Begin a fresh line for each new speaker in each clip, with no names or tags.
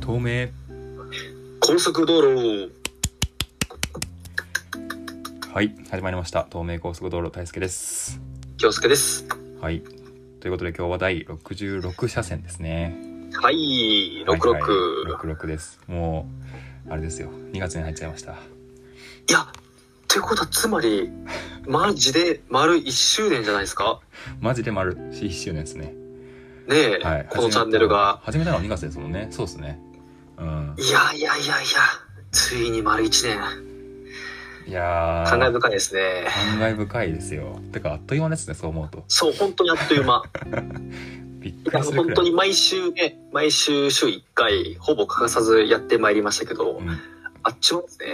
透明
高速道路
はい始まりました東名高速道路大輔です
京介です
はいということで今日は第66車線ですね
はい66、
はいはい66ですもうあれですよ2月に入っちゃいました
いやってことはつまりマジで丸1周年じゃないですか
マジで丸1周年ですね
ねえ、
はい
このチャンネルが
始めたのは2月ですもんねそうですねうん
いやいやいやいやついに丸1年
いやー
感慨深いですね
感慨深いですよてかあっという間ですねそう思うと
そう本当にあっとい う間
びっ
い
く
や
りするく
本
らい
当に毎週ね毎週週1回ほぼ欠かさずやってまいりましたけど、
うん
あっちもですね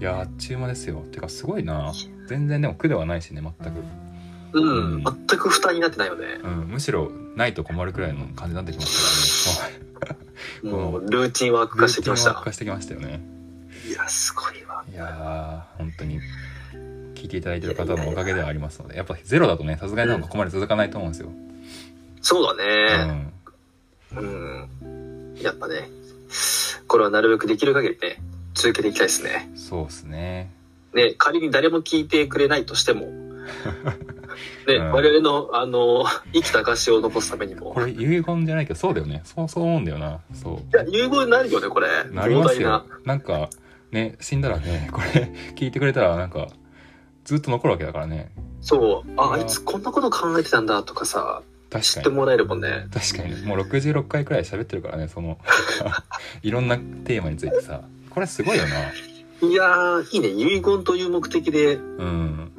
いやーあっちゅう間ですよてかすごいな全然でも苦ではないしね全く、
うん、
うん
全く負担になってないよね、
うん、むしろないと困るくらいの感じになってきました からねうん
もうルーティンワーク化してきまし
ルーティンワーク
た
化してきましたよね
いやすごいわ
いやー本当に聞いていただいてる方のおかげではありますのでやっぱゼロだとねさすがになんかここまで続かないと思うんですよ、
そう
う
だね、
ん、
うん、やっぱね、これはなるべくできる限りね、続けていきたいですね。
そうですね
ね、仮に誰も聞いてくれないとし ても、ね、
うん
我々の、あの、生きた証を残すためにも
こ、れ遺言じゃないけどそうだよねそうそう思うんだよなそう
いや、融合になるよね、これ。
なります
膨大
よなんかね死んだらねこれ聞いてくれたらなんかずっと残るわけだからね
そう、あ、あ
うん
いつこんなこと考えてたんだとかさ、
確
知
か
っ
に
てもらえるもんね。
確かにもう66回くらい喋ってるからねその いろんなテーマについてさこれすごいよ
いやー、いいね、遺言という目的で、
なうん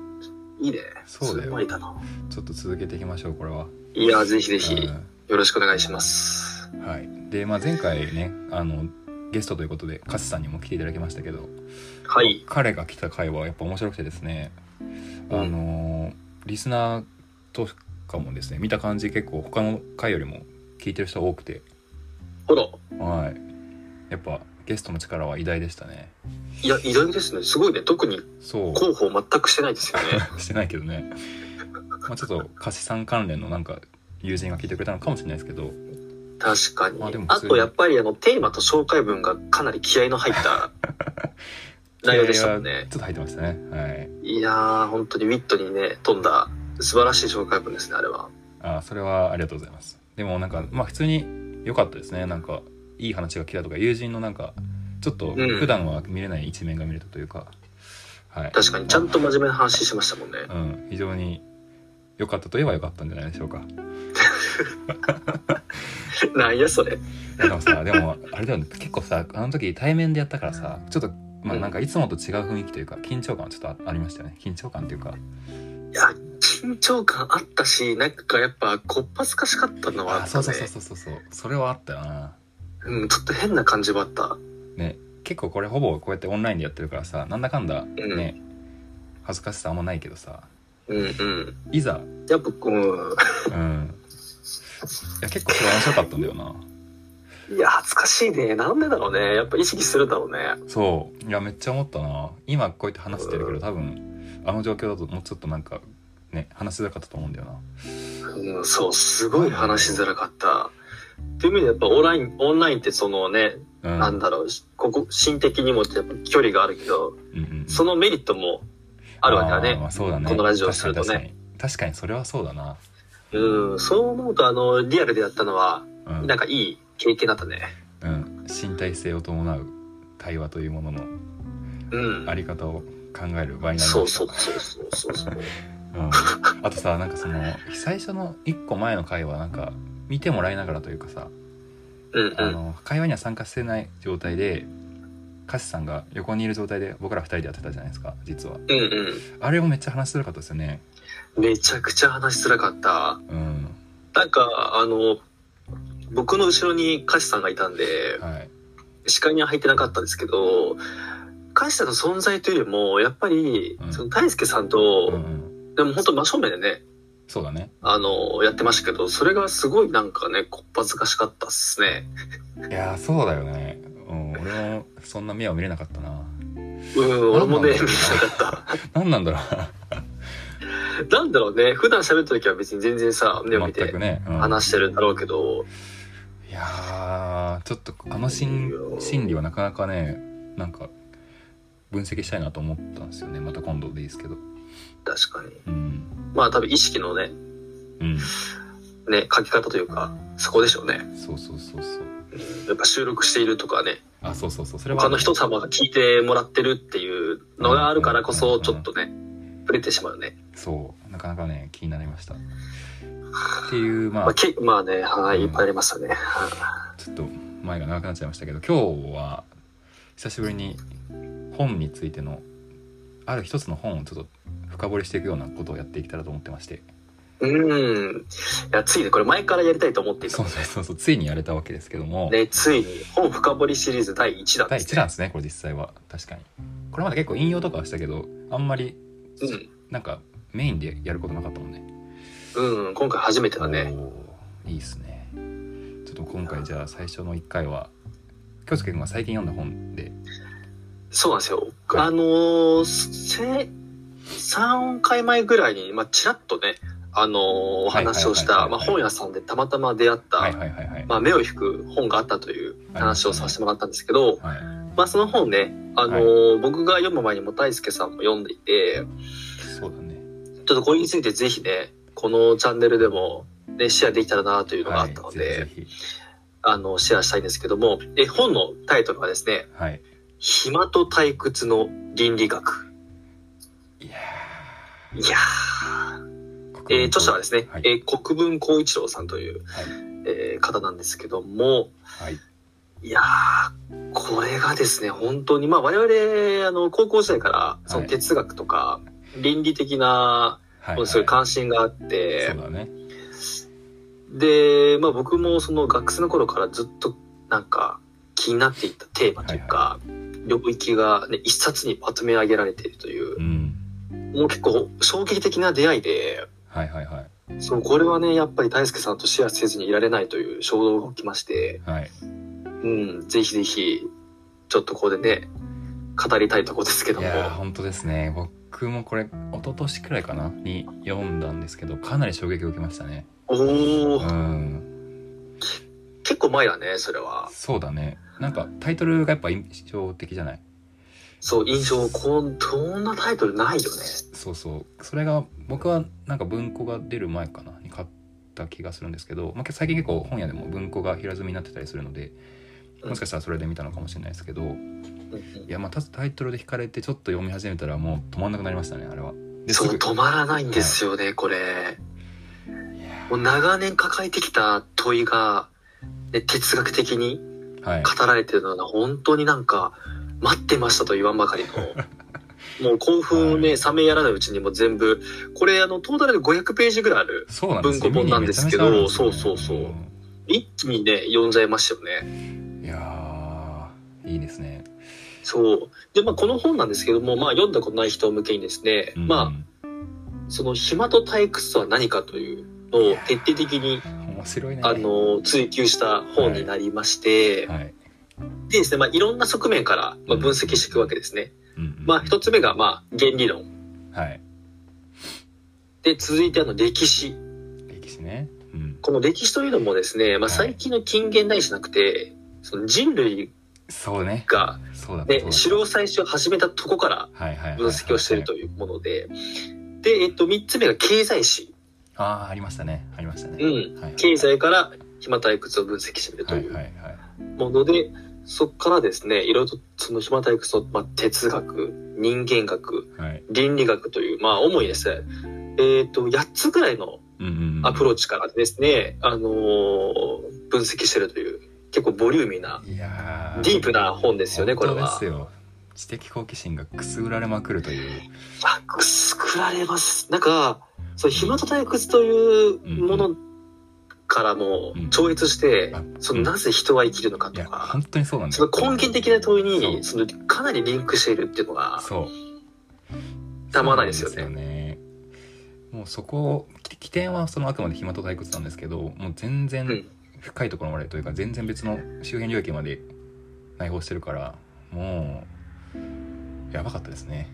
いいね。
そうだよ
すごいだな。
ちょっと続けていきましょうこれは、
いやー、ぜひぜひ、よ
う
ろしくお願いします。
んはいで、まあ、前回ねあのゲストということでカスさんにも来ていただきましたけど
はい。
彼が来た回はやっぱ面白くてですねあ
うん
のリスナーとかもですね見た感じ結構他の回よりも聞いてる人多くて
ほら、
はいやっぱゲストの力は偉大でしたね
いや、意外ですね。すごいね。特に
そう
候補全くしてないですよ ね。
してないけどね、まあ、ちょっと歌詞さん関連のなんか友人が聞いてくれたのかもしれないですけど
確かに。
まあ
あ
でも、普通に
とやっぱりあのテーマと紹介文がかなり気合の入った 内容でしたもん
気合は
ね。
ちょっと入ってましたねはい
いやー、本当にウィットにね、飛んだ素晴らしい紹介文ですね、あれは。
あそれはありがとうございますでもなんかまあ普通に良かったですねなんかいい話が来たとか友人のなんかちょっと
うん
普段は見れない一面が見れたというか、はい
確かに、ちゃんと真面目な話しましたもんね。
うん非常に良かったといえば良かったんじゃないでしょうか
なんや、それ。
いやでもさ でもあれだよね結構さあの時対面でやったからさちょっとまあなんかいつもと違う雰囲気というか緊張感はちょっとあありましたよね緊張感というか
いや、緊張感あったし、なんかやっぱ、こっぱずかしかったのはあ
あ
っ
そ
た
うそうそ
ね
う。そうそうそうそれはあったよな
うん、ちょっと変な感じはあった。
ね結構これほぼこうやってオンラインでやってるからさなんだかんだね、恥ずかしさあんまないけどさ
うんうん。
いざ
やっぱ、うん。
うんいや結構それ面白かったんだよない
や、恥ずかしいね。なんでだろうね。やっぱ意識するんだろうね。
そういやめっちゃ思ったな今こうやって話してるけど多分あの状況だともうちょっとなんかね話しづらかったと思うんだよな
うん、そう、すごい話しづらかった。という意味でやっぱオンライン、オンラインってそのね、
うん
なんだろう、ここ、心的にもやっぱ距離があるけど、
うんうんうん
そのメリットもあるわけだ
あー
ね。
まあそうだね
このラジオをするとね
確かに確かに確かにそれはそうだな
うん、そう思うとあの、リアルでやったのは、
うん
なんかいい経験だったね。
うん、身体性を伴う対話というものの
うん
あ。り方を考える場合になりました
そうそうそうそうそうそう。
うん、あとさなんかその最初の1個前の回はなんか見てもらいながらというかさ、
うんう
あ
ん。
の会話には参加してない状態で歌詞さんが横にいる状態で僕ら2人でやってたじゃないですか実は
うん
あれをめっちゃ話しづらかったですよね
うん。めちゃくちゃ話しづらかった。
うん
なんか、あの、僕の後ろに歌詞さんがいたんで、
はい
視界には入ってなかったんですけど会社の存在というよりもやっぱり、
うん
その大輔さん
うんう
と、
ん
でも本当真正面でね
そうだね
あのやってましたけどそれがすごいなんかねこっぱずかしかったっすね
いやーそうだよね、うん、俺もそんな目は見れなかったな
うん俺もね
なんなんだろう
見なかっ
何なんだろ
た なんだろうね普段喋る時は別に全然さ目を
う
見
全
て
くね、うん、
話してるんだろうけど、
いやーなちょっとあの心
いいよ
心理はなかなかねなんか分析したいなと思ったんですよねまた今度でいいですけど
確かに。
うん
まあ多分意識のね、
うん
ね、書き方というか、そこでしょうね。
そうそうそうそう
やっぱ収録しているとかね、
あそうそうそうそれは
他の人様が聞いてもらってるっていうのがあるからこそ、ちょっとね、触れてしまうね。
そうなかなかね気になりましたっていうま
まあ、
あ
けまあね、はい、
うん
いっぱいありましたね。
ちょっと前が長くなっちゃいましたけど今日は久しぶりに本についてのある一つの本をちょっと深掘りしていくようなことをやっていけたらと思ってまして
うん。いや、ついにこれ前からやりたいと思っていた
そう。そうそうそうついにやれたわけですけども、
ね、ついに本深掘りシリーズ第1弾
第
で
1
す、
弾
ね。
ですねこれ実際は確かにこれまで結構引用とかはしたけどあんまりなんかメインでやることなかったもんね
うん。うん、今回初めてだね。
おーいいっすねちょっと今回じゃあ最初の1回は京介君が最近読んだ本で
そうなんですよ。
はい
あのー、せ、3回前ぐらいに、まあ、ちらっとね、あのーお話を
は
した、
いはい
ま
はいはい
あ、本屋さんでたまたま出会った、
はいはいはいはい
まあ、目を引く本があったという話をさせてもらったんですけ
はい
ど、まあ、その本ね、あのー僕が読む前にも大輔さんも読んでいて、
そうだね
ちょっとこれについてぜひね、このチャンネルでも、ね、シェアできたらなというのがあったので、
はい、ぜひぜひ
あの、シェアしたいんですけども、え、本のタイトルはですね、
はい
暇と退屈の倫理学。
いや
いやー、えー著者はですね、
はい
えー国分光一郎さんという、
はい
えー方なんですけども、
はい
いやー、これがですね、本当に、まあ我々、あの、高校時代から、そ
は
の
い
哲学とか、倫理的な、
はい
ものすごい関心があって、
そうだね
で、まあ僕もその学生の頃からずっとなんか気になっていたテーマというか、領域が、ね、一冊にまとめ上げられているという、
うん
もう結構衝撃的な出会いで、
はいはいはい
そう、これはね、やっぱり大輔さんとシェアせずにいられないという衝動が起きまして、
はい
うん、ぜひぜひ、ちょっとここでね、語りたいとこですけど
い
も。
やー本当ですね僕もこれ一昨年くらいかなに読んだんですけどかなり衝撃を受けましたね
お
う
ー、
ん
結構前だね、それは。
そうだねなんかタイトルがやっぱ印象的じゃない
そう、印象、こん、どんなタイトルないよね。
そうそうそれが僕はなんか文庫が出る前かなに買った気がするんですけど、まあ、最近結構本屋でも文庫が平積みになってたりするのでもしかしたらそれで見たのかもしれないですけどいやまあたタイトルで惹かれてちょっと読み始めたらもう止まんなくなりましたねあれはです
そう、
ぐ
止まらないんですよね、これ。
いや
もう長年抱えてきた問いが、ね、哲学的に
ーはい
語られてるのは本当になんか待ってましたと言わんばかりの もう興奮をね、
はい
冷めやらないうちにもう全部これあのトータルで500ページぐらいある
そうなんですよ
文庫本なんですけど
意味めちゃめちゃあるんですよ
そうそうそうん一気にね読んじゃいましたよね
いやーいいですね。
そうでまあこの本なんですけどもまあ読んだことない人向けにですね、
うん
まあその暇と退屈とは何かというのを徹底的に
面白いね。
あの追求した本になりまして、
はい。
でですね、まあ、いろんな側面から、まあ、分析していくわけですね。
うんうん
まあ、一つ目が、まあ、原理論。
はい。
で、続いて、あの、歴史。
歴史ね。うん。
この歴史というのもですね、
は
まあ、
い
最近の近現代史じゃなくて、その人類
そうね。
が、
そうだ。
ね
そ、うだ
狩猟採集を始めたとこから
はいはいはいはい。
分析をしているというもので、で、えっと、三つ目が経済史。
ああありましたね。ありましたね。
うん
はいはい。
経済から暇退屈を分析してみると
はいいは
う
いはい。
もので、そこからですね、いろいろとその暇退屈の、まあ、哲学、人間学、
はい。
倫理学という、まあ、主にですね、えっと、8つぐらいの
うんうんうん。
アプローチからですね、あのー分析してるという、結構ボリューミーな、
いや
ディープな本ですよね、これ
本当
は
です。よ。知的好奇心がくすぐられまくるという。
あくすぐられます。なんか、そう、暇と退屈というものからも
うん
超越して、
あ
そうの
ん
なぜ人は生きるのか
い
と
や
か
本、当にそうなんだ
そ
よ
の。根源的な問いに、
そ
そのかなりリンクしているっていうのが、
そう
たまらないですよね
そうなんねもうそこをき起点はそのあくまで暇と退屈なんですけどもう全
う
然
ん、
深いところまでというか全然別の周辺領域まで内包してるからもうやばかったですね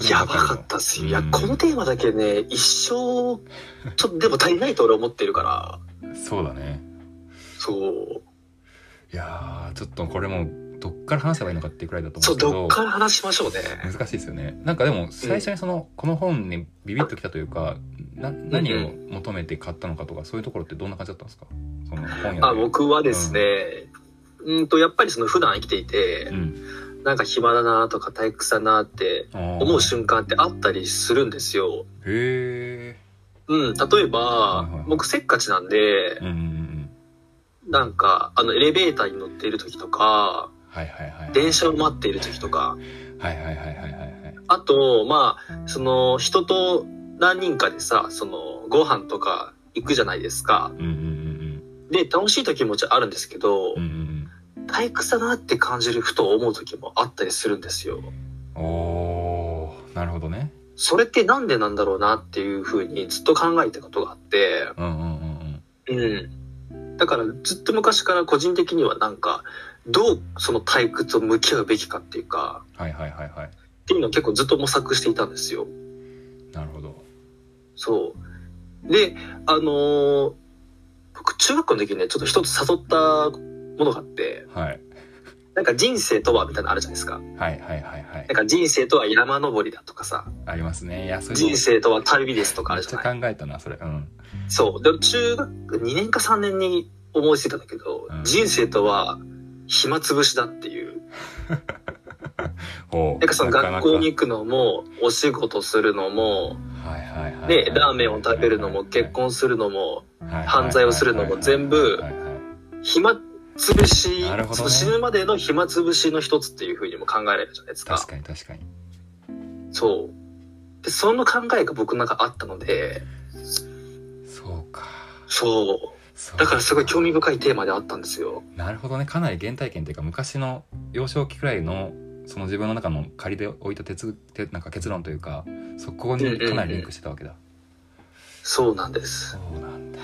溢れ
や
ん
ば
ばりの
かったっすよ。いや、
うん
このテーマだけね、一生、ちょっとでも足りないと俺は思ってるから、
そうだね
そう。
いやーちょっとこれもうどっから話せばいいのかっていうくらいだと
そう、
思
ど
うん
っ
ですけ
か
ど
ら話しましょうね。
難しいですよねなんかでも最初にその、この本にビビッときたというかな何を求めて買ったのかとかそういうところってどんな感じだったんですかその本屋で
あ、僕はですね、うんと、やっぱりその普段生きていて
う、ん、
なんか暇だなとか退屈だなって思
思
う瞬間ってあったりするんですよ。
へ
うん、例え
いは
ば
い、
僕せっかちなんで
えう、んうんうん
なんか、あの、エレベーターに乗っている時とか、
はいはいはい
電車を待っている時とか、
はいはいはいはいはいはい
あと、まあ、その、人と何人かでさ、その、ご飯とか行くじゃないですか。
うんうん
で、楽しい時もちろんあるんですけど
うんうんう、ん
退屈だなって感じるふと思う時もあったりするんですよ。
うんおーなるほどね
それってなんでなんだろうなっていうふうにずっと考えたことがあって、
うんうんうんうん
うん。だからずっと昔から個人的にはなんか、どうその退屈を向き合うべきかっていうか、
はいはいはいはい
っていうのを結構ずっと模索していたんですよ。
なるほど
そう。で、あのー僕中学校の時にね、ちょっと一つ誘ったものがあって、
はい
なんか人生とはみたいなのあるじゃないですか。
はいはいはいはい
なんか人生とは山登りだとかさ、
ありますねいやそういうの
人生とは旅ですとかあ
めっ
るじ
ち
ゃ
ゃ
ない。
考えたなそれうん
そう。で、中学2年か3年に思いついたんだけど、
うん
人生とは暇つぶしだっていう。
ほう
なんかその学校に
な
行くのも、お仕事するのも、
かはいはいはい
ね、ラーメンを食べるのも、結婚するのも、
はい
犯罪をするのも全部
はいはいはいはい
暇つぶし、
なるほどね
その死ぬまでの暇つぶしの一つっていうふうにも考えられるじゃないですか。
確かに確かに
そう。で、その考えが僕の中あったので、
そうか
そ。
そうう
だからすごい興味深いテーマであったんですよ。
なるほどねかなり原体験というか昔の幼少期くらいのその自分の中の仮で置いた哲てなんか結論というかそこにかなりリンクしてたわけだ、
そうなんです。
そうなんだ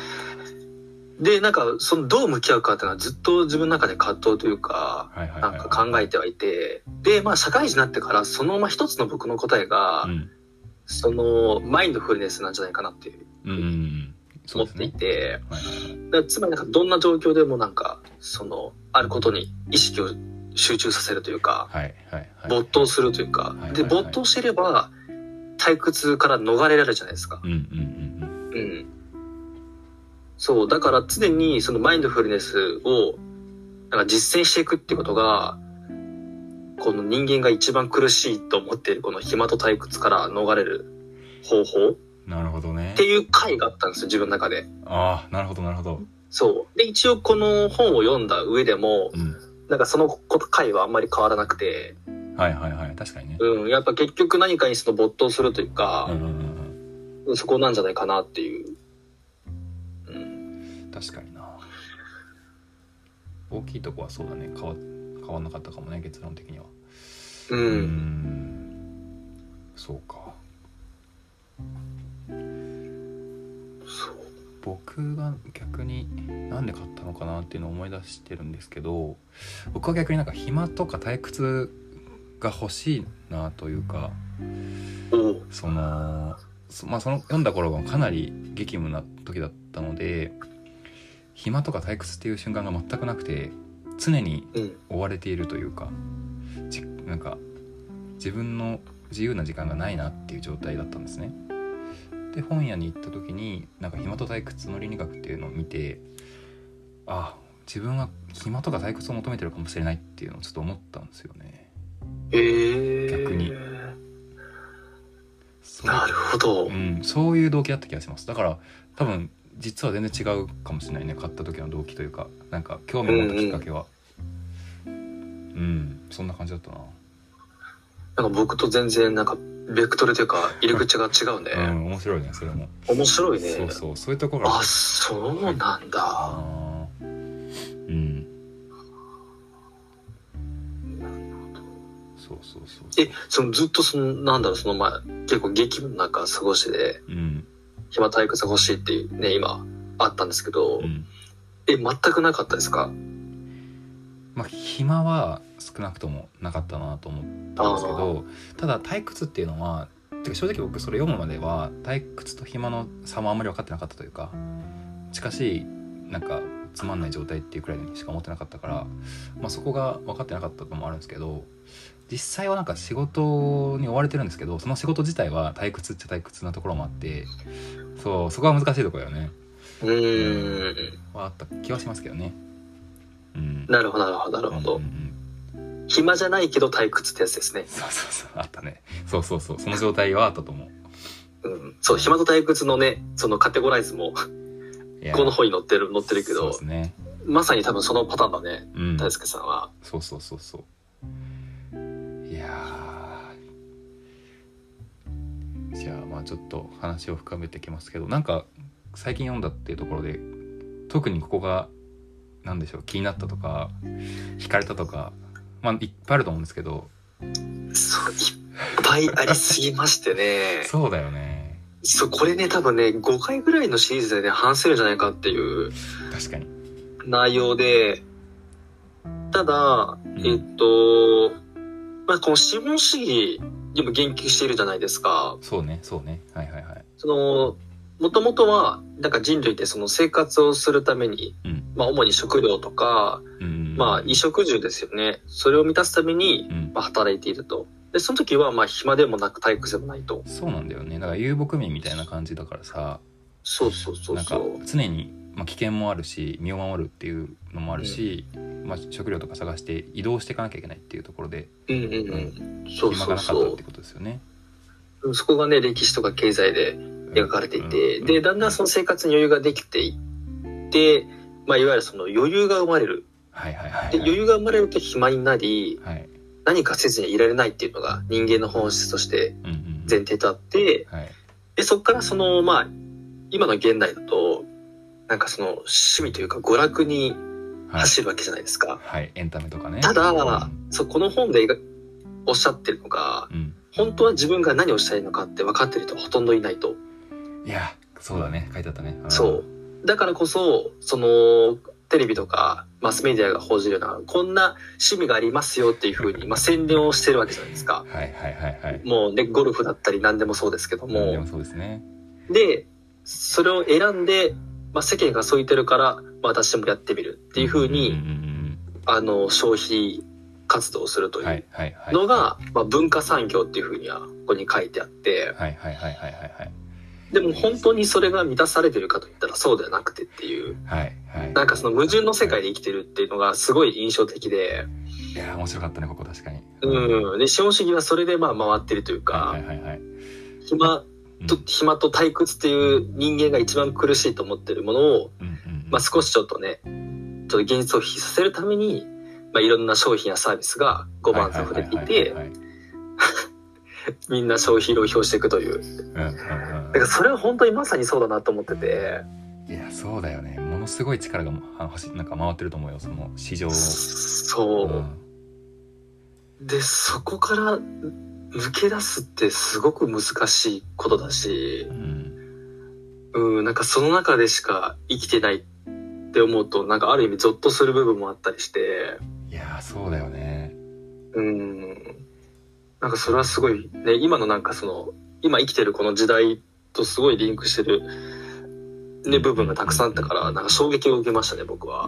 で、なんか、そのどう向き合うかっていうのはずっと自分の中で葛藤というか、
はいはい
な
はい、
んか考えてはいて、で、まあ社会人になってからそのまま一つの僕の答えが
う、ん
その、マインドフルネスなんじゃないかなっていう
うんうんうんそう
思っ
です
てい
ね
て、
はいはいはい
だからつまりなんかどんな状況でもなんか、その、あることに意識を集中させるというか、
はいはいはい
没頭するというか
はい、
で、
はいはい
没頭してれば、退屈から逃れられるじゃないですか。
うんうんうん
うん。そう、だから常にそのマインドフルネスを、なんか実践していくってことが、この人間が一番苦しいと思っているこの暇と退屈から逃れる方法っ
うんなるほどね
ていう回があったんですよ、自分の中で。
ああなるほどなるほど
そう。で、一応この本を読んだ上でも、
うん
なんかその回はあんまり変わらなくて、
はいはいはい確かにね
うん、やっぱ結局何かにその没頭するという
う
か
ん、うんうん
そこなんじゃないかなっていう。うん、
うん確かにな大きいとこはそうだね変わ変わんなかったかもね結論的には
う、
うんんそうか
そう。
僕が逆になんで買ったのかなっていうのを思い出してるんですけど僕は逆になんか暇とか退屈が欲しいなというか
おう
そのそ,、まあ、その読んだ頃がかなり激務な時だったので暇とか退屈っていう瞬間が全くなくて常に
うん、
追われているというかじなんか自分の自由な時間がないなっていう状態だったんですね。で本屋に行った時になんか暇と退屈の倫理学っていうのを見てあ自分は暇とか退屈を求めてるかもしれないっていうのをちょっと思ったんですよね。
えー、
逆にそれ
なるほど、
うん、そういう動機だった気がしますだから多分実は全然違うかもしれないね買った時の動機というかなんか興味を持ったきっかけはうん、そんな感じだった
なんか僕と全然なんかベクトルというか入り口が違うね、
な、うん面白いねそれも、
面白いね
そうそうそういうところが
あそうなんだ、
あーうんそうそうそうそう
えそのずっとそのなんだろうその前結構激務の中過ごしで
うん
暇退屈が欲しいっていうね今あったんですけど、
うん
え全くなかったですか
まあ暇は少なくともなかったなと思ったんですけどただ退屈っていうのはてか正直僕それ読むまでは退屈と暇の差もあんまり分かってなかったというか近しいなんかつまんない状態っていうくらいにしか思ってなかったから、まあ、そこが分かってなかったのもあるんですけど実際はなんか仕事に追われてるんですけどその仕事自体は退屈っちゃ退屈なところもあってそうそこは難しいところだよね
うーん。
はあった気はしますけどね。うん、
なるほど、なるほど、なるほど
うんう。ん
暇じゃないけど退屈ってやつですね。
そうそうそうあったねそうそうそうその状態はあったと思う
うん。そう、暇と退屈のね、そのカテゴライズも、
いや
この方に載ってる、載ってる
そ
け
う
ど
で、すね
まさに多分そのパターンだね、
うん
大輔さんは。
そうそうそうそういやーじゃあまあちょっと話を深めてきますけどなんか最近読んだっていうところで特にここが何でしょう気になったとか惹かれたとかまあいっぱいあると思うんですけど
そう、いっぱいありすぎましてね。
そうだよね
そう、これね、多分ね、5回ぐらいのシリーズでね、話せるんじゃないかっていう
確かに
内容で、ただ、えっと、まあ、この資本主義にも言及しているじゃないですか。
そうねそうねはいはいはい
その、もともとは、なんか人類ってその生活をするために、
うん
まあ、主に食料とか、
うん
まあ、衣食住ですよね。それを満たすために、
うん
まあ、働いていると。で、その時は、まあ、暇でもなく退屈でもないと。
そうなんだよねだから遊牧民みたいな感じだからさ
そうそうそう
なん
そ
か
う。
常に、まあ、危険もあるし身を守るっていうのもあるし、まあ、食料とか探して移動していかなきゃいけないっていうところで
うんうんうん。そう
暇
そ
が
う
なかった
そ
ってことですよね。
う。そこがね、歴史とか経済で描かれていて、
うん
で、だんだんその生活に余裕ができていって、まあ、いわゆるその余裕が生まれる。
はいはいはい、はい、
で、余裕が生まれると暇になり、
はい、
何かせずにいられないっていうのが人間の本質として
うんうん
前提とあって、
はい
で、そこからその、まあ、今の現代だと、なんかその趣味というか娯楽に
はい
走るわけじゃないですか。
はいエンタメとかね
た
う
だ、
ん
そう、この本で描おっしゃってるのが、
うん、
本当は自分が何をしたいのかって分かってる人はほとんどいないと。
いやそうだね書いてあったねん
そう。だからこそ、その、テレビとかマスメディアが報じるような、こんな趣味がありますよっていうふうに、まあ、宣伝をしてるわけじゃないですか。
はいはいはいはい
もうね、ゴルフだったり何でもそうですけ
う
ど
んでも
も。
そうですね
で、それを選んで、まあ、世間がそう言ってるから、まあ、私もやってみるっていうふうに、
んんうん
あの、消費活動をすると
う
い
んは
う
いはいはい
のが、まあ、文化産業っていうふうには、ここに書いてあって、
はいはいはいはいはいはい
でも本当にそれが満たされてるかといったらそうではなくてっていう、
はいはい
なんかその矛盾の世界で生きてるっていうのがすごい印象的で、
いや面白かったねここ確かに
うん。で、資本主義はそれでまあ回ってるという
は
か
い、はいはいはい
暇
うん
と、暇と退屈っていう人間が一番苦しいと思ってるものを、
うんうんうん
まあ、少しちょっとね、ちょっと現実を引きさせるために、まあ、いろんな商品やサービスが5番と触れていて
は、いはいはいはいはい
みんな消費浪費をしていくという。
うんうん
だからそれは本当にまさにそうだなと思ってて、
うんいやそうだよねものすごい力があの走なんか回ってると思うよその市場を
そうう。
ん
で、そこから抜け出すってすごく難しいことだし
う、ん
うん、なんかその中でしか生きてないって思うと、なんかある意味ゾッとする部分もあったりして、
いやそうだよね
うん、なんかそれはすごいね、今のなんかその、今生きてるこの時代とすごいリンクしてる、ね、部分がたくさんあったから、なんか衝撃を受けましたね、僕は。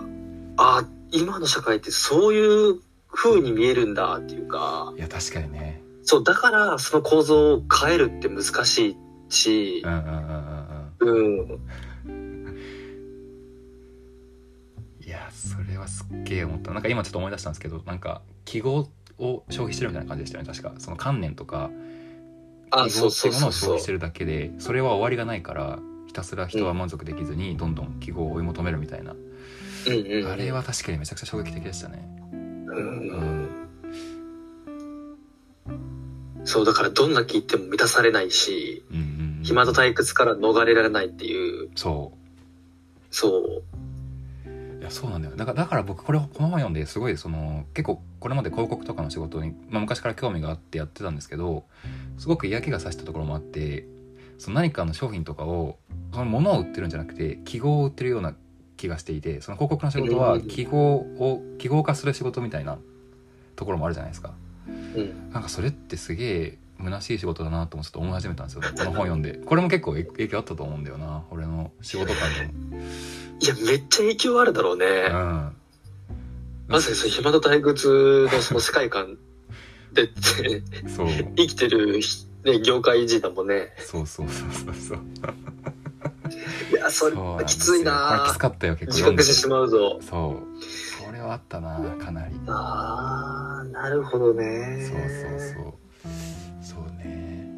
ああ、今の社会ってそういう風に見えるんだっていうか、
いや確かにね
そう、だからその構造を変えるって難しいし
う、んうんうんうん
うん、
うんいやそれはすっげえ思ったなんか今ちょっと思い出したんですけどなんか記号を消費してるみたいな感じでしたよね確かその観念とか
あ、
記
そ
号
う
って
そ
いううもの
そ
を消
うそう
費し。てるだけでそれは終わりがないからひたすら人は満足できずにどんどん記号を追い求めるみたいな
うんうん、
あれは確かにめちゃくちゃ衝撃的でしたね
うんそうだからどんな気言っても満たされないし
うんうんうん
暇と退屈から逃れられないっていう
そう
そう
いやそうなんだよだからだから僕これこの本読んですごいその結構これまで広告とかの仕事に、まあ、昔から興味があってやってたんですけどすごく嫌気がさしたところもあってその何かの商品とかをその物を売ってるんじゃなくて記号を売ってるような気がしていてその広告の仕事は記号を記号化する仕事みたいなところもあるじゃないですか
うん
なんかそれってすげえ虚しい仕事だなと思ってちょっと思い始めたんですよこの本読んでこれも結構影影響あったと思うんだよな俺の仕事観でも
いや、めっちゃ影響あるだろう
う
ね。
ん
まさにその暇と退屈のその世界観で、
そう
生きてる、ね、業界人だもんね。
そうそうそうそうそう
いや、それ
そうなん
は
で
き
すよ
つ
これ
いな
きつかったよ結構
自
読ん
覚
で
してしまうぞ。
そうこれはあったなかなり
あー、なるほどね。
そうそうそうそうね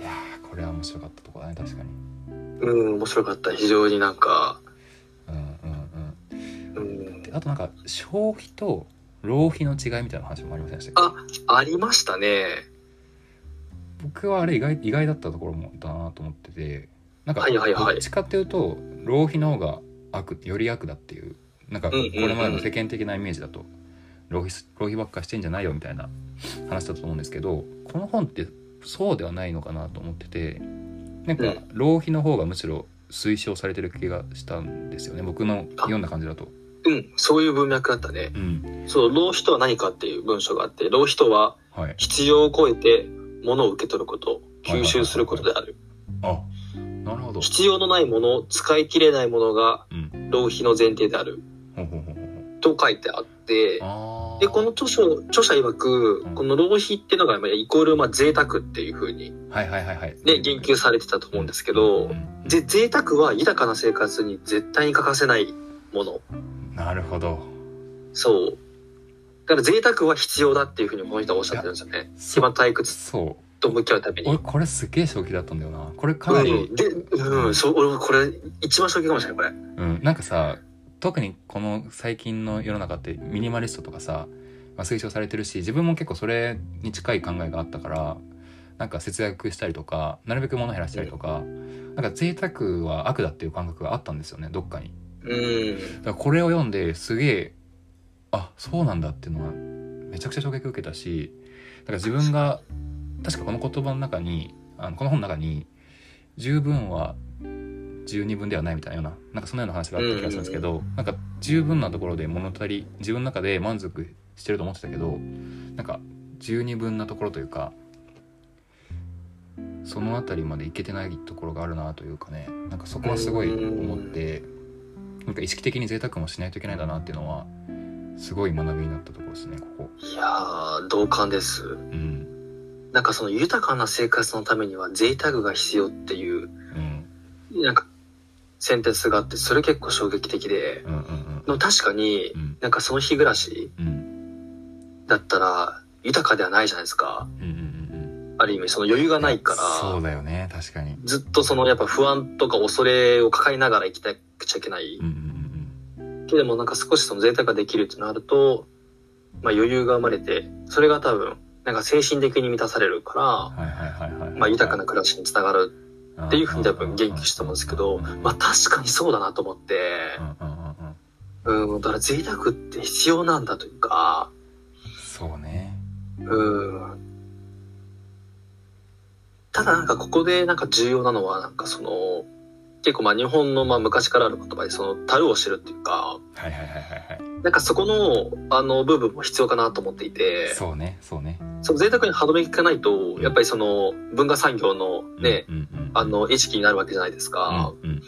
いやーこれは面白かったとこだね確かに
うん、面白かった。非常になんか、
うんうん
うん
うんで、あとなんか消費と浪費の違いみたいな話もありませんでしたっけ
あありましたね。
僕はあれ意外意外だったところもだなと思っててなんか
はいはいはい
どっちかっていうと浪費の方が悪より悪だっていうなんか
うん
こ
うんうん
れまでの世間的なイメージだと浪費す浪費ばっかしてんじゃないよみたいな話だと思うんですけどこの本ってそうではないのかなと思っててなん
う
か
ん
浪費の方がむしろ推奨されてる気がしたんですよね僕の読んだ感じだと。
うん、そういう文脈だったね。
うん、
そう、浪費とは何かっていう文章があって、浪費とは
はい
必要を超えて物を受け取ること、吸収することである。
あなるほど。
必要のないもの、使い切れないものが
うん、
浪費の前提である。
ほうほうほうほう
と書いてあって、
あー
で、この著書、著者曰く
うん、
この浪費っていうのが、まあイコール、まあ、贅沢っていう風に、
はいはいはいはい。
ね、言及されてたと思うんですけど
う、ん
ぜ贅沢は豊かな生活に絶対に欠かせないもの。
なるほど。
そう。だから贅沢は必要だっていうふうにこの人はおっしゃってるんですよね。
そ
暇退屈
そう。
と向き合うために。
俺、これすげえ正気だったんだよな。これかな
う
り
ん、、で、うん、そう、俺もこれ、一番衝撃かもしれない、これ。
うん、なんかさ、特にこの最近の世の中ってミニマリストとかさ、まあ、推奨されてるし、自分も結構それに近い考えがあったから、なんか節約したりとか、なるべく物減らしたりとか、なんか贅沢は悪だっていう感覚があったんですよね、どっかに。
うん。
だからこれを読んですげえあそうなんだっていうのはめちゃくちゃ衝撃を受けたしだから自分が確かこの言葉の中にあのこの本の中に「十分は十二分ではない」みたいなようななんかそんなような話があった気がするんですけど、なんか十分なところで物足り自分の中で満足してると思ってたけどなんか十二分なところというかその辺りまでいけてないところがあるなというかねなんかそこはすごい思ってなんか意識的に贅沢もしないといけないんだなっていうのはすごい学びになったところですねここ。
いやー、同感です。
うん
なんかその豊かな生活のためには贅沢が必要っていう、
うん
なんか、センテンスがあって、それ結構衝撃的で、
うんうんうん
でも確かに
う、ん
なんかその日暮らし
うん
だったら、豊かではないじゃないですか。
うんうんうん
ある意味、その余裕がないか
そう
ら、
だよね確かに。
ずっとそのやっぱ不安とか恐れを抱えながら生きなくちゃいけない
うん。うん
でもなんか少しその贅沢ができるってなると、まあ余裕が生まれて、それが多分、なんか精神的に満たされる
う
か
んはいはいはいはい。
ら、まあ豊かな暮らしにつながる
っ
っていうふうに多分言及したと思うんですけど、まあ確かにそうだなと思って、
うんうんうんうん
うん、だから贅沢って必要なんだというか、
そうね。
うん。ただなんかここでなんか重要なのは、なんかその、結構まあ日本のまあ昔からある言葉でその樽を知るっていうか、
はいはいはいはいはい。
なんかそこのあの部分も必要かなと思っていて、
そうねそうね。
その贅沢に歯止めが効かないと、やっぱりその文化産業のね、
うんうんうん
あの意識になるわけじゃないですか。
うんうんうん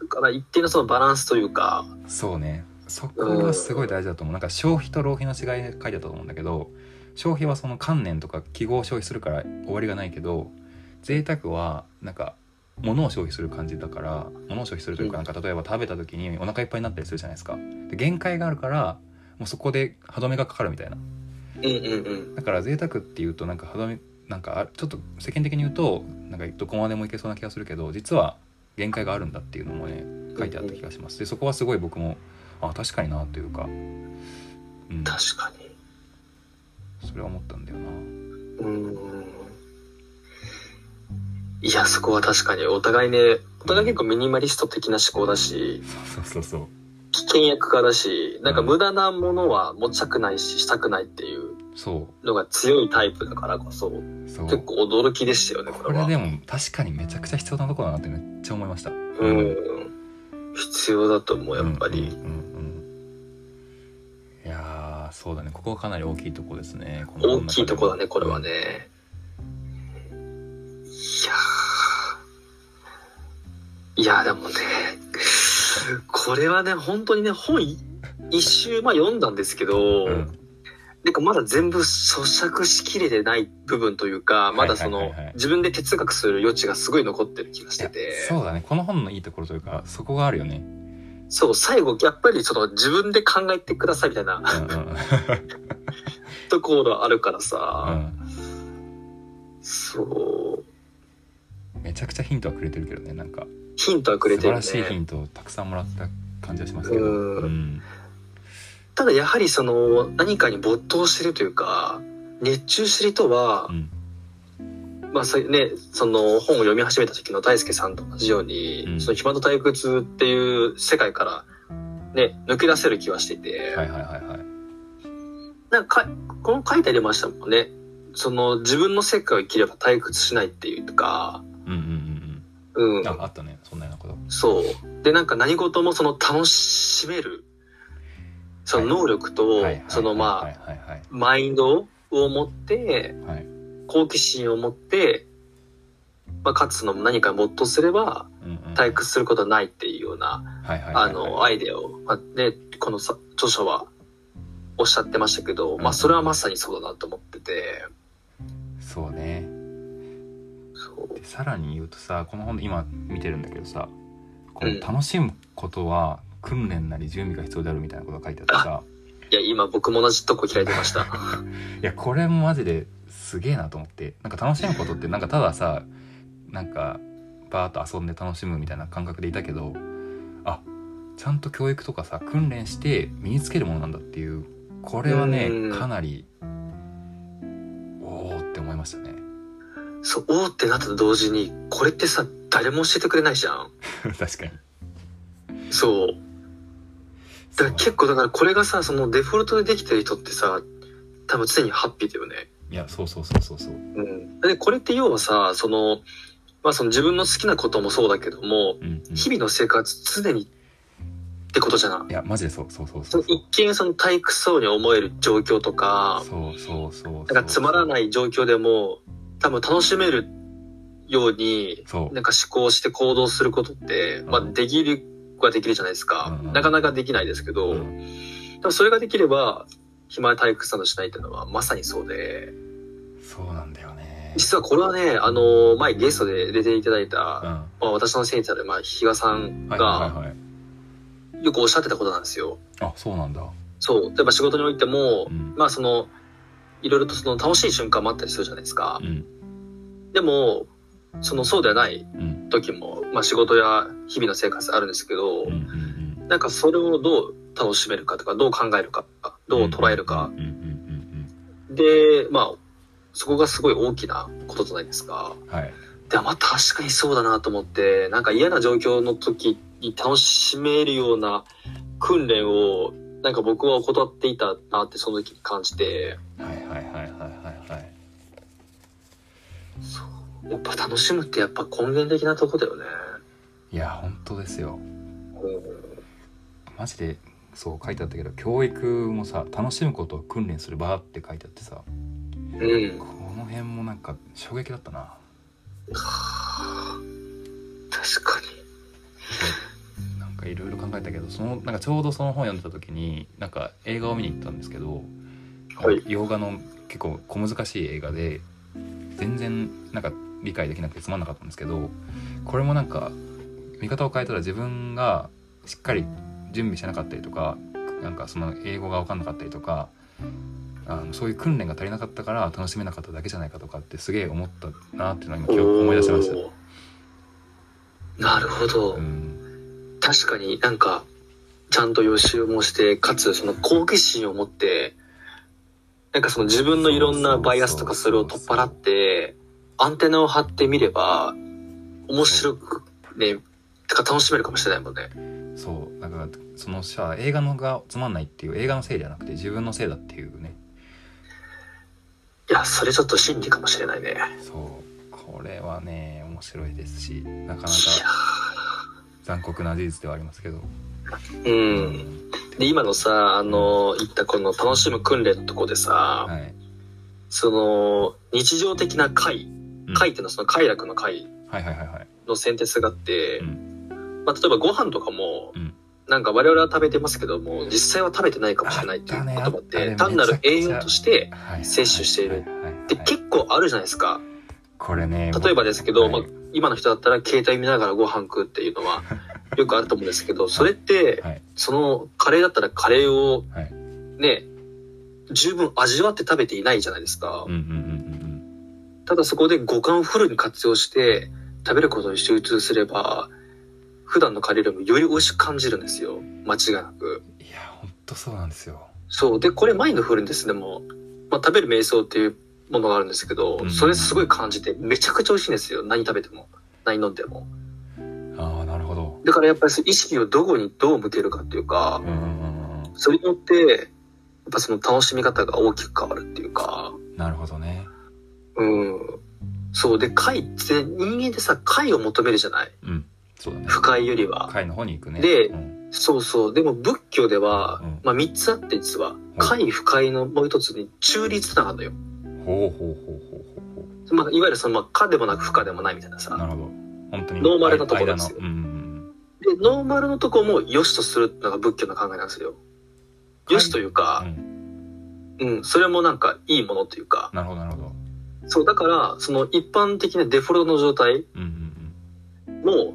だから一定のそのバランスというか、
うんそうねそこはすごい大事だと思うなんか消費と浪費の違いが書いてあったと思うんだけど消費はその観念とか記号を消費するから終わりがないけど贅沢はなんか物を消費する感じだから物を消費するというかなんか例えば食べた時にお腹いっぱいになったりするじゃないですかで限界があるからもうそこで歯止めがかかるみたいな
うんうんうん。
だから贅沢っていうとなんか歯止めなんかあちょっと世間的に言うとなんかどこまでもいけそうな気がするけど実は限界があるんだっていうのもね書いてあった気がしますでそこはすごい僕もあ確かになというか、うん、
確かに。
それは思ったんだよな
うーん。いや、そこは確かに、お互いね、お互い結構ミニマリスト的な思考だし、
そうそうそうそう
危険役家だし、なんか無駄なものは持ちたくないし、したくないっていう
そ
のが強いタイプだからこそ、
うそう
結構驚きでしたよね、こ
こ
れ
れ
は。
でも確かにめちゃくちゃ必要なとこだなってめっちゃ思いました
う
うん
ん。必要だと思う、やっぱり。
うんうんうんいやーそうだねここはかなり大きいとこですねこの
大きいとこだね、これはね。いやー。いやー、でもね、これはね、本当にね、本い一周、まあ読んだんですけど、
うん
でまだ全部咀嚼しきれてない部分というか、まだそ
はい
の
はいはいはい、
自分で哲学する余地がすごい残ってる気がし
い
て
や
て、
そうだねこの本のいいところというかそこがあるよ ね
そう、最後、やっぱりその自分で考えてくださいみたいな
うんうん
ところあるから
う
さ、
ん
そう、
めちゃくちゃヒントはくれてるけどねなんか
ヒントはくれ
素
て
晴
る
らしいヒ
ね。
ントをたくさんもらった感じはしますけど
うん
うん
ただやはりその、何かに没頭してるというか、熱中してるとは
う、ん
まあさね、その本を読み始めた時の大輔さんと同じように、
うん
その暇と退屈っていう世界から、ね、抜け出せる気はしていて、
はいはいはいはい
なんかかこの書いてありましたもんね。その自分の世界を生きれば退屈しないっていうとか、
うんうんうん
う
うんん、ああったねそんなようなこと
そう。で、なんか何事もその楽しめる、その能力と
はいはい、
その
は
まあ、
いはいはい
マインドを持って、
はいはい
好奇心を持って、まあ、かつその何かに没頭すれば、
うんうん
退屈することはないっていうような、
はいはいはい
あの、アイデアを、まあ、ね、このさ著書はおっしゃってましたけど、
ん
まあ、それはまさにそうだなと思ってて、
そうね
そう。
でさらに言うとさこの本で今見てるんだけどさこ
う
の
ん
楽しむことは訓練なり準備が必要であるみたいなことが書いてあってさ
いや、今僕も同じとこ開いてました。
いやこれもマジですげえなと思ってなんか楽しむことってなんかたださなんかバーッと遊んで楽しむみたいな感覚でいたけどあちゃんと教育とかさ訓練して身につけるものなんだっていうこれはね
うん
かなりおおって思いましたね
そう、おーってなったと同時に、これってさ、誰も教えてくれないじゃん。
確かに
そう。だから結構だからこれがさ、そのデフォルトでできてる人ってさ、多分常にハッピーだよね。
いやそうそうそうそうそう
うん。で、これって要はさ、その、まあその自分の好きなこともそうだけども、
うんうん
日々の生活常にってことじゃない
いやマジでそうそうそう
そ
そ
の
うそう
一見その退屈そうに思える状況とか、
そうそうそうそう
なんかつまらない状況でも、多分楽しめるように、
そう
なんか思考して行動することって、まあ
うん
できるはできるじゃないですか。
うんうん
なかなかできないですけど、
うん
でもそれができれば、暇や退屈さのしないっていうのはまさにそうで、
そうなんだよね
実はこれはね、あの、前ゲストで出ていただいた、
うんは
まあ、私の先生である、まあ、比嘉さん
いはい
が、
はいはい
よくおっしゃってたことなんですよ。
あそうなんだ
そう。例えば仕事においても
う、ん
まあその、いろいろとその楽しい瞬間もあったりするじゃないですか
う。ん
でも、そのそうではない
うん
時も、まあ仕事や日々の生活あるんですけど
うんう、ん
なんかそれをどう楽しめるかとか、どう考えるか、どう捉えるか
うんうんうん
で、まあ、そこがすごい大きなことじゃないですか。
うんはい
で、まあ確かにそうだなと思って、なんか嫌な状況の時に楽しめるような訓練を、なんか僕は怠っていたなってその時に感じて、
はいはいはいはいはいはい
やっぱ楽しむってやっぱ根源的なとこだよね。
いや本当ですよ
うん
マジでそう書いてあったけど教育もさ楽しむことを訓練する場って書いてあってさ
うん
こ。の辺もなんか衝撃だったな
確かに。
なんかいろいろ考えたけどそのなんかちょうどその本読んでた時になんか映画を見に行ったんですけど、
はい
洋画の結構小難しい映画で全然なんか理解できなくてつまんなかったんですけどこれもなんか見方を変えたら自分がしっかり準備してなかったりとかなんかその英語が分かんなかったりとかあのそういう訓練が足りなかったから楽しめなかっただけじゃないかとかってすげえ思ったなっていうのを今記憶思い出しました。
おーなるほど。
うん
確かになんか、ちゃんと予習もして、かつその好奇心を持って、なんかその自分のいろんなバイアスとかそれを取っ払って、アンテナを張ってみれば、面白くね、てか楽しめるかもしれないもんね。
そうだからそのさ映画のがつまんないっていう映画のせいじゃなくて自分のせいだっていうね
いや、それちょっと真理かもしれないね。いや
そうこれはね面白いですしなかなか
ー
残酷な事実ではありますけどう
うん。で、今のさ、あの、言ったこの楽しむ訓練のとこでさ、
はい
その、日常的な快、
うん
快っていうのはその快楽の快
はいはいはいはい
の先哲があって、
う
まあ、例えばご飯とかも、
うん
なんか我々は食べてますけども、実際は食べてないかもしれないっていう言葉っ
あったねあった
て、
ね
単なる栄養として、
はい
摂取してい
は
る
いはいはい
で、結構あるじゃないですか。
これね
例えばですけど、
はい
まあ、今の人だったら携帯見ながらご飯食うっていう のは、よくあると思うんですけど、それって
はい、
そのカレーだったらカレーを
はい、
ね、十分味わって食べていないじゃないですか
うん。うんうん
ただそこで五感をフルに活用して、食べることに集中すれば、普段のカレーよりもより美味しく感じるんですよ。間違いなく。
うんうんいや本当そうなんですよ
そう。で、これマインドフルネスでも、まあ、食べる瞑想っていうものがあるんですけ
う
ど、
ん
それすごい感じて、めちゃくちゃ美味しいんですよ。何食べても。何飲んでも。
ああなるほど
だからやっぱり意識をどこにどう向けるかっていうか
うん、うんうん
それによって、やっぱその楽しみ方が大きく変わるっていうか、
うんなるほどね
うん。そう。で、解って、人間ってさ、解を求めるじゃない
うんそうだね
不快よりは。
貝の方に行くね
で
うん
そうそう。でも仏教では、
うん
まあ3つあって実は、快不快のもう一つに中立なのよ。
ほうほうほうほうほうほう
まあ、いわゆるその、まあ、可でもなく不可でもないみたいな
な
さ。
るほど。本当に。
ノーマルなところですよ
間のうんうん
で、ノーマルのとこも良しとするのが仏教の考えなんですよ。
はい
良しというか
う、ん。
うん、それもなんかいいものというか。
なるほど、なるほど。
そう、だから、その一般的なデフォルトの状態
うんうん
も、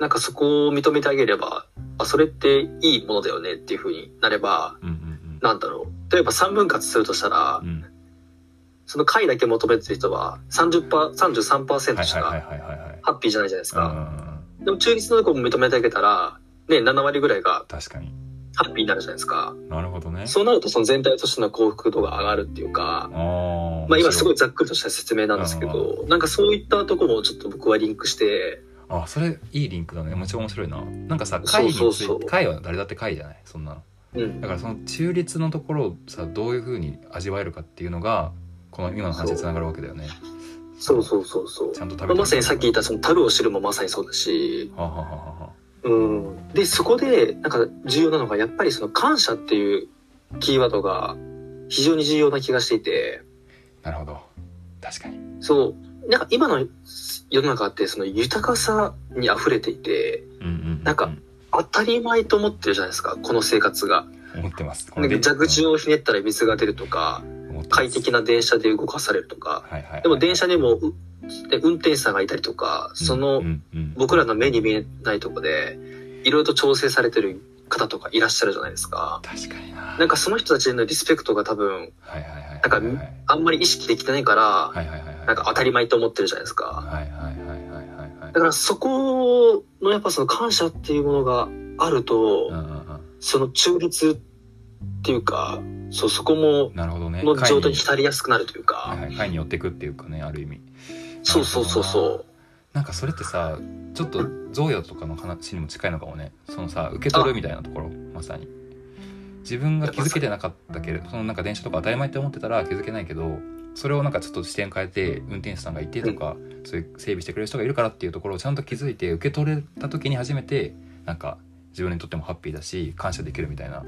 なんかそこを認めてあげれば、あ、それっていいものだよねっていう風になれば、
うん。うんうん
なんだろう。例えば3分割するとしたら
うん。う、ん。
その回だけ求めてる人は30パー、33%
はい
し
はいはい
か
はいはいはい。
ハッピーじゃないじゃないです
うんう
か。
んうん
でも中立のとこも認めてあげたら、ね、7割ぐらいが
確かに。
ハッピーになるじゃないですか。
なるほどね。
そうなるとその全体としての幸福度が上がるっていうか、
ああ。
まあ今すご
い。
いざっくりとした説明なんですけど、なんかそういったとこもちょっと僕はリンクして、
あ、それいいリンクだね。めっちゃ面白いな。なんかさ、
そ
会
う
につ
そう
い
そう
て、会は誰だって会じゃないそんなの。
うん、
だからその中立のところをさ、どういうふうに味わえるかっていうのが、この今の話につながるわけだよね。
そうそうそうそう
ち。ゃんと食べ
まあ、
て
まさにさっき言ったその樽を知るもまさにそうだし、
はあはあはあは
うん。で、そこでなんか重要なのがやっぱりその感謝っていうキーワードが非常に重要な気がしていて、
あなるほど。確かに。
そう、なんか今の世の中ってその豊かさに溢れていて、
うんうん。
なんか
う
当たり前と思ってるじゃないですか、この生活が。
思ってます。
なんか蛇口
を
をひねったら水が出るとか、快適
な。
な電車で動かされるとか、
はいはいはい。
でも電車にもうで運転手さんがいたりとか、そ
うん
の
うんうん
僕らの目に見えないとこで、いろいろと調整されてる方とかいらっしゃるじゃないですか。
確かにな
なんかその人たちへのリスペクトが多分、
はいはいはい
なんか
はい
あんまり意識できてないから、
はいはいはいはい
なんか当たり前と思ってるじゃないですか。
はいはいはいはいはいはい
だからそこのやっぱその感謝っていうものがある
う
と、
んうんうん
その中立っていうか、そう、そこも、
なるほどね
の
会
状態
に
に浸りやすくなるというか。
はいはい会に寄ってくっていうかねある意味
そうそうそうそう。
なんかそれってさちょっと贈与とかの話にも近いのかもねそのさ受け取るみたいなところまさに自分が気づけてなかったけれどそのなんか電車とか当たり前って思ってたら気づけないけどそれをなんかちょっと視点変えて運転手さんがいてとか、そういう整備してくれる人がいるからっていうところをちゃんと気づいて受け取れた時に初めてなんか自分にとってもハッピーだし感謝できるみたいな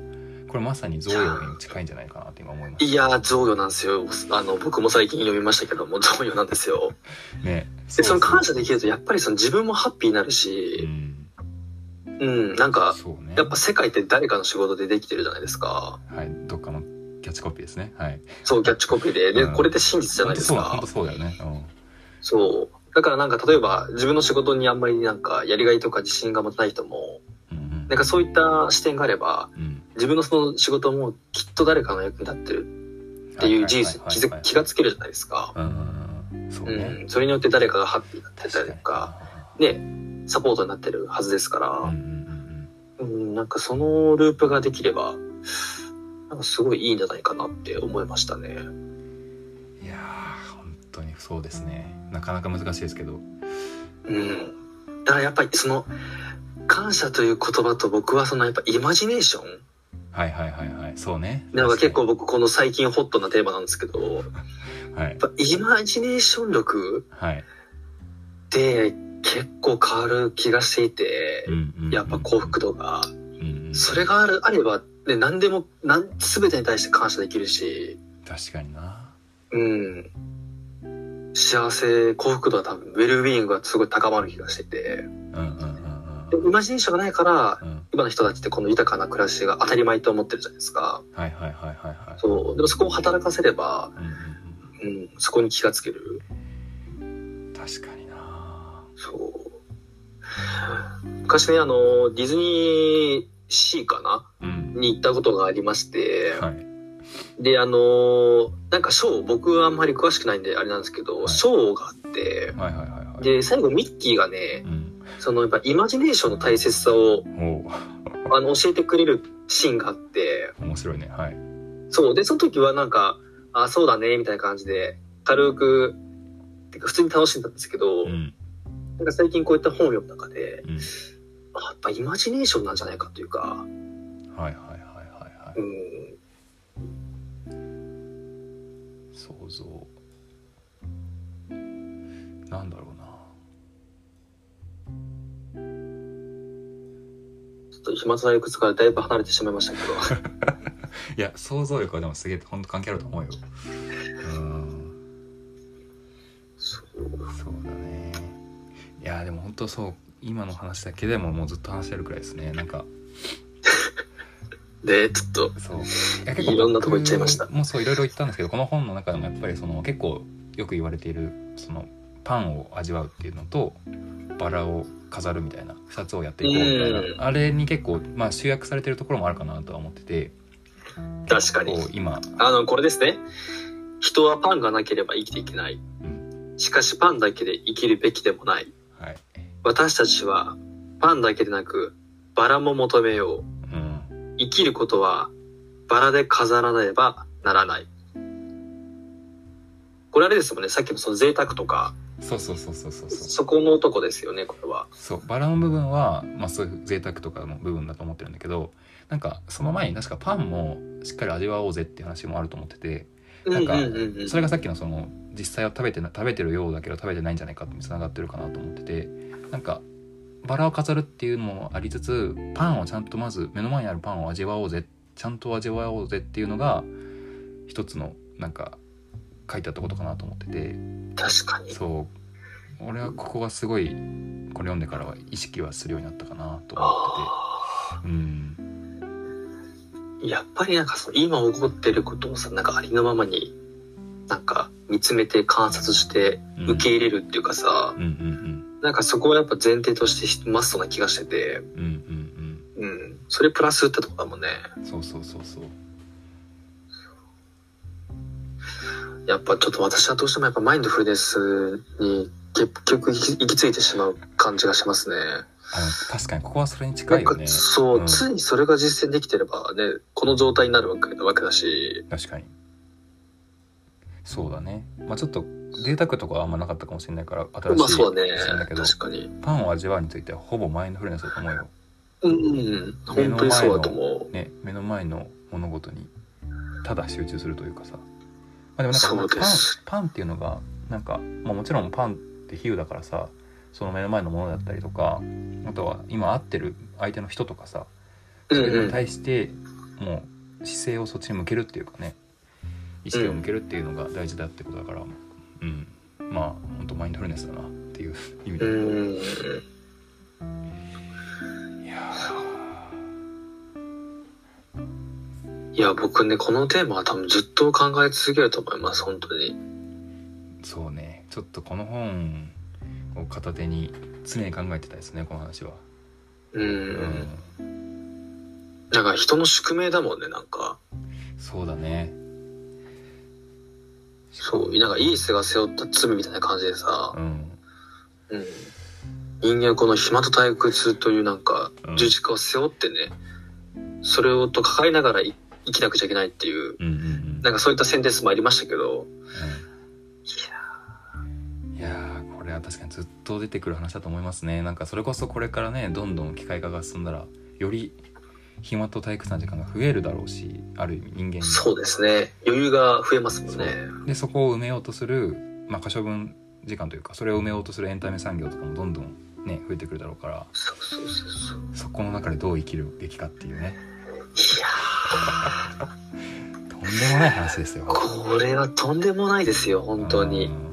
これまさに贈与に近いんじゃないかなって今思いまし
いやー、贈与なんですよ。あの、僕も最近読みましたけども、贈与なんですよ。
たね。
で、その感謝
で
できると、やっぱりその自分もハッピーになる
う
し、
ん
うん、なんか、
そうね
やっぱ世界って誰かの仕事でできてるじゃないですか。
はいどっかのキャッチコピーですねはい
そう、キャッチコピーで。で、
うん
これって真実じゃないです
本
か
当。そうだ本当そうだよね、
そう。だからなんか、例えば、自分の仕事にあんまりなんか、やりがいとか自信が持たない人も、
うん、うんうん
なんかそういった視点があれば、
うん
自分のその仕事もきっと誰かの役に立ってるっていう事実に気づ気がつけるじゃないですか。
うんうんうんそう
う
ね、
ん。それによって誰かがハッピーになってた
確
り
か
と
に
か、ね、サポートになってるはずです
うんう
か
ん
ら、うんなんかそのループができれば、なんかすごいいいんじゃないかなって思いましたね。
うんいやー本当にそうですねなかなか難しいですけど
うん。だからやっぱりその、感謝という言葉と僕はそのやっぱイマジネーション
はいはいはいはいそうね
なんか結構僕この最近ホットなテーマなんですけど、やっ
はい
ぱイマジネーション力
はい、
って結構変わる気がしていて
うん、うんうん
やっぱ幸福度が、
うんうん
それがある、あれば、ね、何でも、なん、すべてに対して感謝できるし、
確かにな
うん。幸せ、幸福度は多分、ウェルビーイングがすごい高まる気がしてて、
うんうんうんうん
でもイマジネーションがないから、
うん、
今の人たちってこの豊かな暮らしが当たり前と思ってるじゃないですか。
はいはいはいはいはい
そう。でもそこを働かせれば、
うんうん
うん、そこに気がつける。
うん、確かにな
そう。昔ね、あの、ディズニーシーかな
うん
に行ったことがありまして、
はい
で、あの、なんかショー、僕はあんまり詳しくないんであれなんですけど、
はい
ショーがあって、
はいはいはいはい
で、最後ミッキーがね
う、ん
そのやっぱイマジネーションの大切さ
お
を
う
あの教えてくれるシーンがあって、
面白いねはい
そう。で、その時はなんか、あ、そうだね、みたいな感じで、軽く、てか普通に楽しんだんですけど、
うん
なんか最近こういった本を読む中で、
うん
あやっぱイマジネーションなんじゃないかというか、
はいはいはいはいは
う
い
ん、
想像なんだろうな
ちょっと暇つな理屈からだいぶ離れてしまいました けど、
いや想像力はでもすげえ本当関係あると思うようん
そう
そうだねいやでも本当そう今の話だけでももうずっと話してるくらいですねなんか
で、ちょっと、
そうい
いろんなとこ行っちゃいました
僕もうそういろいろ言ったんですけどこの本の中でもやっぱりその結構よく言われているそのパンを味わうっていうのとバラを飾るみたいな2つをやっていこうみたいな、
うん
あれに結構、まあ、集約されてるところもあるかなとは思ってて
確かに
こう今
あの、これですね。人はパンがなければ生きていけない。しかしパンだけで生きるべきでもない。
はい、
私たちはパンだけでなくバラも求めよう。
うん、
生きることはバラで飾らねばならない。これあれですもんね、さっきのその贅沢とか、
そうそうそうそうそうそう
そこのとこですよね、これは。
そうバラの部分は、まあ、そういう贅沢とかの部分だと思ってるんだけどなんかその前に確かパンもしっかり味わおうぜっていう話もあると思っててなんか
うんうんうんうん
それがさっきのその実際は食べてな食べてるようだけど食べてないんじゃないかってつながってるかなと思っててなんかバラを飾るっていうのもありつつパンをちゃんとまず目の前にあるパンを味わおうぜちゃんと味わおうぜっていうのが一つのなんか書いてあったことかなと思ってて。
確かに。
そう俺はここがすごいこれ読んでからは意識はするようになったかなと思
あ
っててうん
ーやっぱりなんかその今起こってることをさ、なんかありのままに、なんか見つめて観察して
うん
受け入れるっていうかさ
う、んうん
なんかそこはやっぱ前提としてマストな気がしてて、
うんうんうん
うん。それプラスってとこだもんね。
うんそうそうそうそう
やっぱちょっと私はどうしてもやっぱマインドフルネスに結局行き行き着いてしまう感じがします
あ
ね。
の確かにここはそれに
な
近い
ん
よ
か
ね
そう、
うん
ついにそれが実践できてればね、この状態になるわけわけだし、
確かにそうだねまあちょっと贅沢とかはあんまなかったかもしれないから新しい
まあそうだね
視点だけ。ど
確かに。
パンを味わうについてはほぼマインドフルネスだと思うよ、
うんうん。本当にそうだと思う。
ね、目の前の物事にただ集中するというかさ、まあ、でもなんか
そうで
パン
す
パンっていうのがなんか、まあ、もちろんパンって比喩だからさその目の前のものだったりとかあとは今会ってる相手の人とかさ
う
そ
ん
れ
う
に
ん。
対してもう姿勢をそっちに向けるっていうかね意識を向けるっていうのが大事だってことだから、うん、まあ本当マインドフルネスだなっていう意味
う
で、
ん。
いや
いや、僕ね、このテーマは多分ずっと考え続けると思います、本当に。
ーそうねちょっとこの本を片手に常に考えてたですねこの話は。
うん。
う
なんか人の宿命だもんね、なんか。
ん、そうだね
そう、なんかイースが背負った罪みたいな感じでさ、
うん
うん、人間はこの暇と退屈というなんか
うん
十字架を背負ってね、それをと抱えながらい生きなくちゃいけないっていう、
うんうんうん
なんかそういったセンテンスもありましたけど、
うんいやーこれは確かにずっと出てくる話だと思いますねなんかそれこそこれからねどんどん機械化が進んだらより暇と退屈な時間が増えるだろうしある意味人間に
そうですね、余裕が増えますもんね。
でそこを埋めようとする、まあ、可処分時間というかそれを埋めようとするエンタメ産業とかもどんどんね増えてくるだろうから
そうそうそうそう。
そこの中でどう生きるべきかっていうね
いや
とんでもない話ですよ
ー、これはとんでもないですよ、本当
う。
に
ん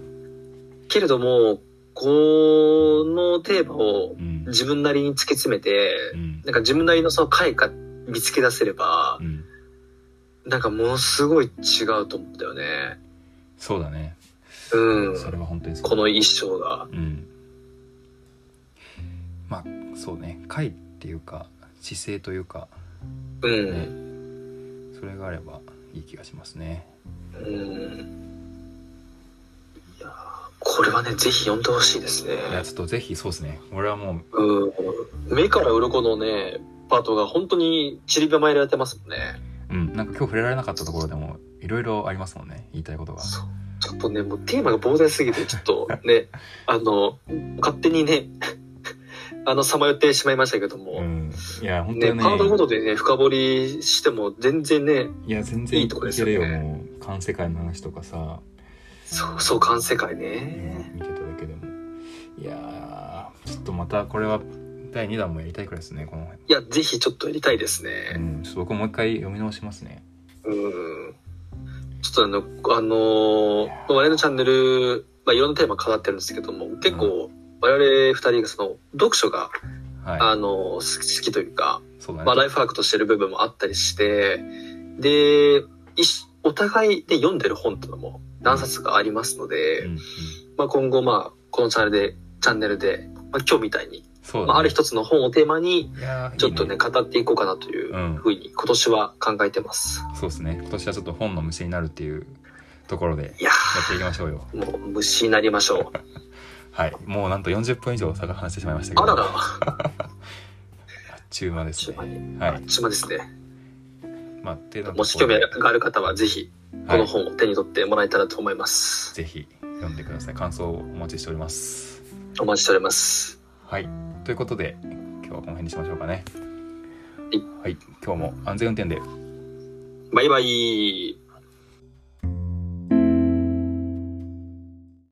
けれども、このテーマを
うん
自分なりに突き詰めて、
うん
なんか自分なりのその回か見つけ出せれば
う、ん
なんかものすごい違うと思うんだよね。
そうだね
うん。
それは本当にそう
この一生が。
うんまあそうね解っていうか姿勢というか
うん。
それがあればいい気がしますね
うん。いやーこれはね、ぜひ読んでほしいですね。
いやちょっとぜひそうですね俺はも
うん。目から鱗のね、パートが本当に散りばまいられてますもんね。
ううんなんか今日触れられなかったところでもいろいろありますもんね言いたいことが
そうちょっとね、もうテーマが膨大すぎて、ちょっとね、 あの、勝手にね、 あの、さまよってしまいましたけども、
うんいや本当
ね、
にね
カードごとでね、深掘りしても全然ね、
いや全然
いいとこですよ
け
ね
るもう環世界の話とかさ
そう、そう、感世界ね。
見てただけでもいやーちょっとまたこれは第2弾もやりたいくらいですねこの辺
いや、ぜひちょっとやりたいです
う
ね。
んちょっと僕もう一回読み直しますね
うん。ちょっとあの、あのー、我々のチャンネル、まあ、いろんなテーマ語ってるんですけども、結構、我々二人がその、読書が、
は
あのー、好き好きというか、
いそうだ
まあ、
ね
ライフワークとしてる部分もあったりして、で、いしお互いで読んでる本っていうのも何冊かありますので、
うんうん
まあ、今後、まあ、このチャンネルで、チャンネルで、まあ、今日みたいに、
そうだね
まあ、ある一つの本をテーマに、
いやー
ちょっとね、
いい
語っていこうかなという
うん
ふうに、今年は考えてます。
そうですね今年はちょっと本の虫になるっていうところでやっ
いや
ていきましょうよ
ー、もう虫になりましょう。
はいもうなんと40分以上差が話してしまいましたけど
あらら、
あっ
あ
ちゅう間ですね
あっちゅう
はい
っちまですね。
まあっていうのが
もし興味がある方は、ぜひ、こ
は
の
い
本を手に取ってもらえたらと思います。
ぜひ読んでください感想をお待ちしております
お待ちしております。
はい。ということで、今日はこの辺にしましょうかね
い。
はい。今日も安全運転で。
バイバイ。